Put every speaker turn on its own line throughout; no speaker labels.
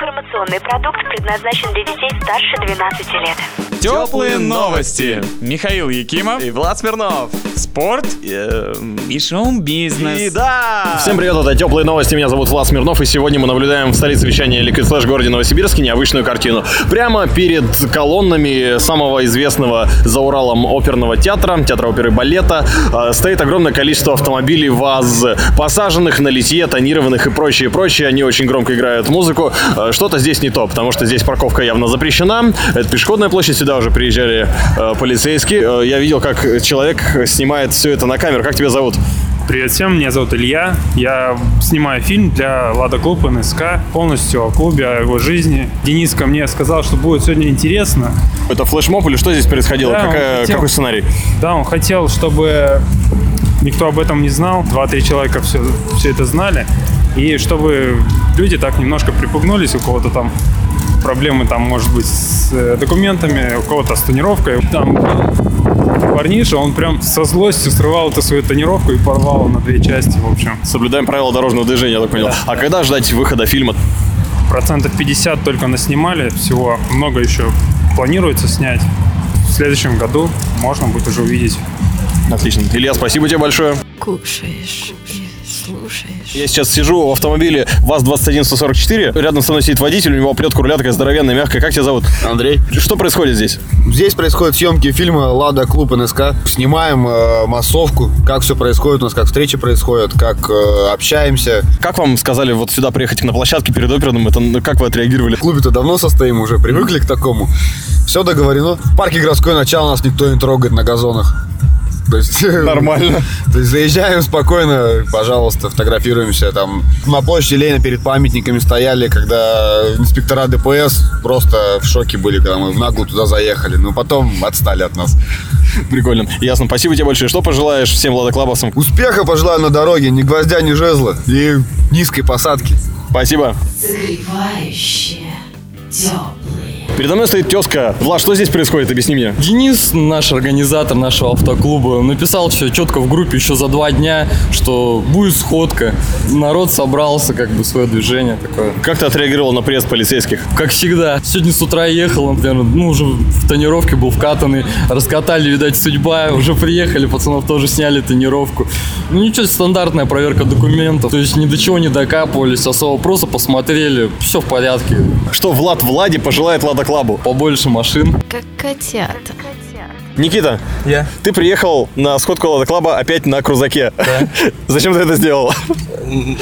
Информационный продукт предназначен для детей старше 12 лет.
Теплые новости. Михаил Якимов,
И Влад Смирнов.
спорт
И, эм,
и шоу-бизнес.
и да!
Всем привет, это Теплые новости, меня зовут Влад Смирнов, и сегодня мы наблюдаем в столице вещания Liquid Flash городе Новосибирске необычную картину. Прямо перед колоннами самого известного за Уралом оперного театра, театра оперы и балета, э, стоит огромное количество автомобилей ВАЗ, посаженных на литье, тонированных и прочее, прочее. Они очень громко играют музыку. Э, Что-то здесь не то, потому что здесь парковка явно запрещена. Это пешеходная площадь, сюда уже приезжали э, полицейские. Э, Я видел, как человек снимает все это на камеру. Как тебя зовут?
Привет всем, меня зовут Илья. Я снимаю фильм для Лада Клуб НСК, полностью о клубе, о его жизни. Дениска мне сказал, что будет сегодня интересно.
Это флешмоб или что здесь происходило?
Да, он
Какая-
хотел.
какой сценарий?
Да, он хотел, чтобы никто об этом не знал. Два-три человека все, все это знали. И чтобы люди так немножко припугнулись, у кого-то там проблемы там, может быть, с э, документами, у кого-то с тонировкой. Там был парниша, он прям со злостью срывал эту свою тонировку и порвал на две части, в общем.
Соблюдаем правила дорожного движения, я так понял. А когда ждать выхода фильма?
Процентов 50 только наснимали, всего много еще планируется снять. В следующем году можно будет уже увидеть.
Отлично. Илья, спасибо тебе большое.
Кушаешь, слушаешь.
Я сейчас сижу в автомобиле ВАЗ-21144. Рядом со мной сидит водитель, у него плетка руля такая здоровенная, мягкая. Как тебя зовут?
Андрей.
Что происходит здесь?
Здесь происходят съемки фильма «Лада Клуб НСК». Снимаем э, массовку, как все происходит у нас, как встречи происходят, как э, общаемся.
Как вам сказали вот сюда приехать на площадке перед оперным? Это ну, как вы отреагировали?
В клубе-то давно состоим уже, привыкли к такому. Все договорено. В парке городской начало нас никто не трогает на газонах. То есть,
Нормально.
То есть заезжаем спокойно, пожалуйста, фотографируемся там. На площади Ленина перед памятниками стояли, когда инспектора ДПС просто в шоке были, когда мы в наглую туда заехали. Но потом отстали от нас.
Прикольно. Ясно. Спасибо тебе большое. Что пожелаешь всем ладоклабовцам?
Успеха пожелаю на дороге, ни гвоздя, ни жезла и низкой посадки.
Спасибо.
Согревающее, теплые.
Передо мной стоит тезка. Влад, что здесь происходит? Объясни мне.
Денис, наш организатор нашего автоклуба, написал все четко в группе еще за два дня, что будет сходка. Народ собрался, как бы свое движение такое.
Как ты отреагировал на приезд полицейских?
Как всегда, сегодня с утра ехал, например, ну уже в тонировке был вкатанный, раскатали, видать, судьба, уже приехали, пацанов тоже сняли тонировку. Ну ничего, стандартная проверка документов, то есть ни до чего не докапывались, особо просто посмотрели, все в порядке,
Что Влад Влади пожелает Лада Клабу?
побольше машин.
Как котята.
Никита,
Я?
ты приехал на сходку Лада Клаба опять на крузаке. Зачем ты это сделал?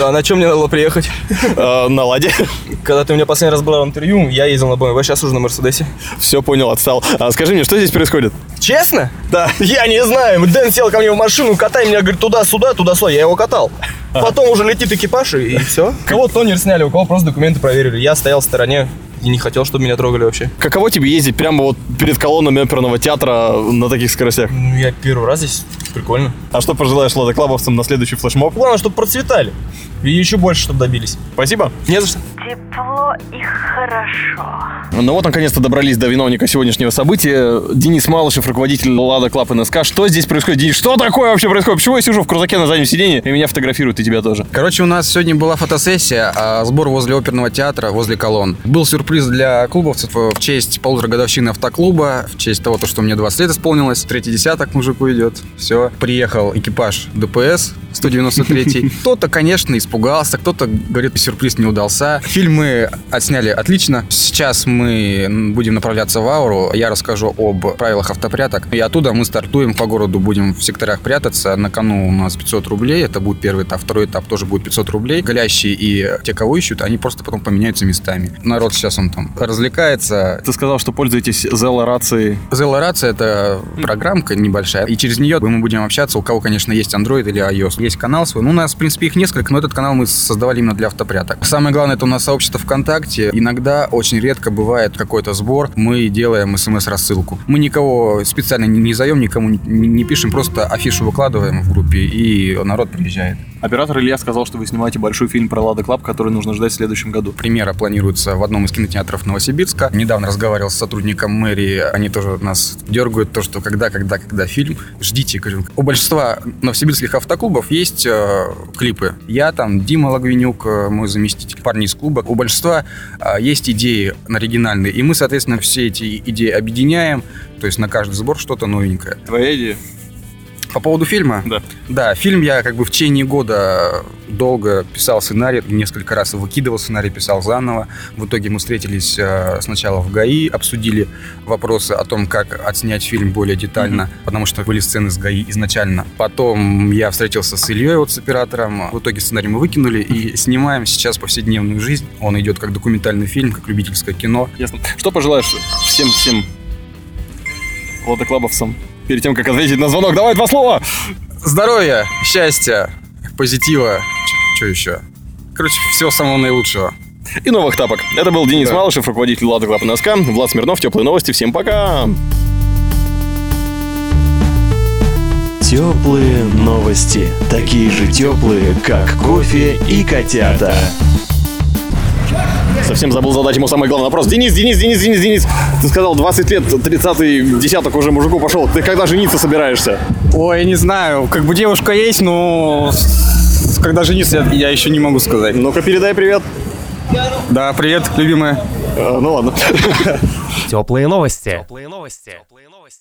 А на чем мне надо было приехать?
Э, На Ладе.
Когда ты у меня последний раз брал интервью, я ездил на BMW, сейчас уже на Мерседесе.
Все понял, отстал. А Скажи мне, что здесь происходит?
Честно?
Да.
Я не знаю. Дэн сел ко мне в машину, катай меня, говорит, туда-сюда, туда-сюда. Я его катал. Потом уже летит экипаж и, и все. Кого тонер сняли, у кого просто документы проверили. Я стоял в стороне и не хотел, чтобы меня трогали вообще.
Каково тебе ездить прямо вот перед колоннами оперного театра на таких скоростях?
Ну, я первый раз здесь. Прикольно.
А что пожелаешь Лада Клабовцам на следующий флешмоб?
Главное, чтобы процветали. И еще больше, чтобы добились.
Спасибо.
Не за что.
Тепло и хорошо.
Ну вот, наконец-то добрались до виновника сегодняшнего события. Денис Малышев, руководитель Лада Клаб НСК. Что здесь происходит? Денис, что такое вообще происходит? Почему я сижу в крузаке на заднем сиденье, и меня фотографируют, и тебя тоже?
Короче, у нас сегодня была фотосессия, а, сбор возле оперного театра, возле колонн. Был сюрприз для клубовцев э, в честь полутора годовщины автоклуба, в честь того, то, что мне 20 лет исполнилось, третий десяток мужику идет, все. Приехал экипаж ДПС 193. Кто-то, конечно, испугался, кто-то говорит, сюрприз не удался. Фильм мы отсняли отлично. Сейчас мы м, будем направляться в Ауру. Я расскажу об правилах автопряток. И оттуда мы стартуем по городу, будем в секторах прятаться. На кону у нас 500 рублей. Это будет первый этап. Второй этап тоже будет 500 рублей. Голящие и те, кого ищут, они просто потом поменяются местами. Народ сейчас он там развлекается,
Ты сказал, что пользуетесь Зелла рацией.
Zella Рация это программка небольшая, и через нее мы будем общаться, у кого, конечно, есть Android или iOS. Есть канал свой, ну, у нас, в принципе, их несколько, но этот канал мы создавали именно для автопряток. Самое главное, это у нас сообщество ВКонтакте. Иногда, очень редко бывает какой-то сбор, мы делаем смс-рассылку. Мы никого специально не не заем, никому не- не пишем, просто афишу выкладываем в группе, и народ приезжает.
Оператор Илья сказал, что вы снимаете большой фильм про Лада Клаб, который нужно ждать в следующем году.
Премьера планируется в одном из кинотеатров Новосибирска. Недавно разговаривал с сотрудником мэрии, они тоже нас дергают, то, что когда, когда, когда фильм, ждите. Говорю, у большинства новосибирских автоклубов есть э, клипы. Я там, Дима Логвинюк, э, мой заместитель, парни из клуба. У большинства э, есть идеи оригинальные, и мы, соответственно, все эти идеи объединяем, то есть на каждый сбор что-то новенькое.
Твоя идея?
По поводу фильма?
Да.
Да, фильм я как бы в течение года долго писал сценарий, несколько раз выкидывал сценарий, писал заново. В итоге мы встретились э, сначала в ГАИ, обсудили вопросы о том, как отснять фильм более детально, потому что были сцены с ГАИ изначально. Потом я встретился с Ильей, вот с оператором. В итоге сценарий мы выкинули и снимаем сейчас повседневную жизнь. Он идет как документальный фильм, как любительское кино.
Ясно. Что пожелаешь всем всем Ладоклабовцам? Перед тем, как ответить на звонок, давай два слова!
Здоровья, счастья, позитива, что еще? Короче, всего самого наилучшего.
И новых тапок. Это был Денис Малышев, руководитель Лады Клаб НСК. Влад Смирнов, теплые новости. Всем пока!
Теплые новости. Такие же теплые, как кофе и котята.
Совсем забыл задать ему самый главный вопрос. Денис, Денис, Денис, Денис, Денис, ты сказал 20 лет, 30-й десяток уже мужику пошел. Ты когда жениться собираешься?
Ой, не знаю, как бы девушка есть, но с- когда жениться, я, я еще не могу сказать.
Ну-ка, передай привет.
Да, привет, любимая.
Э, ну ладно.
Теплые новости.
Теплые новости. Теплые новости.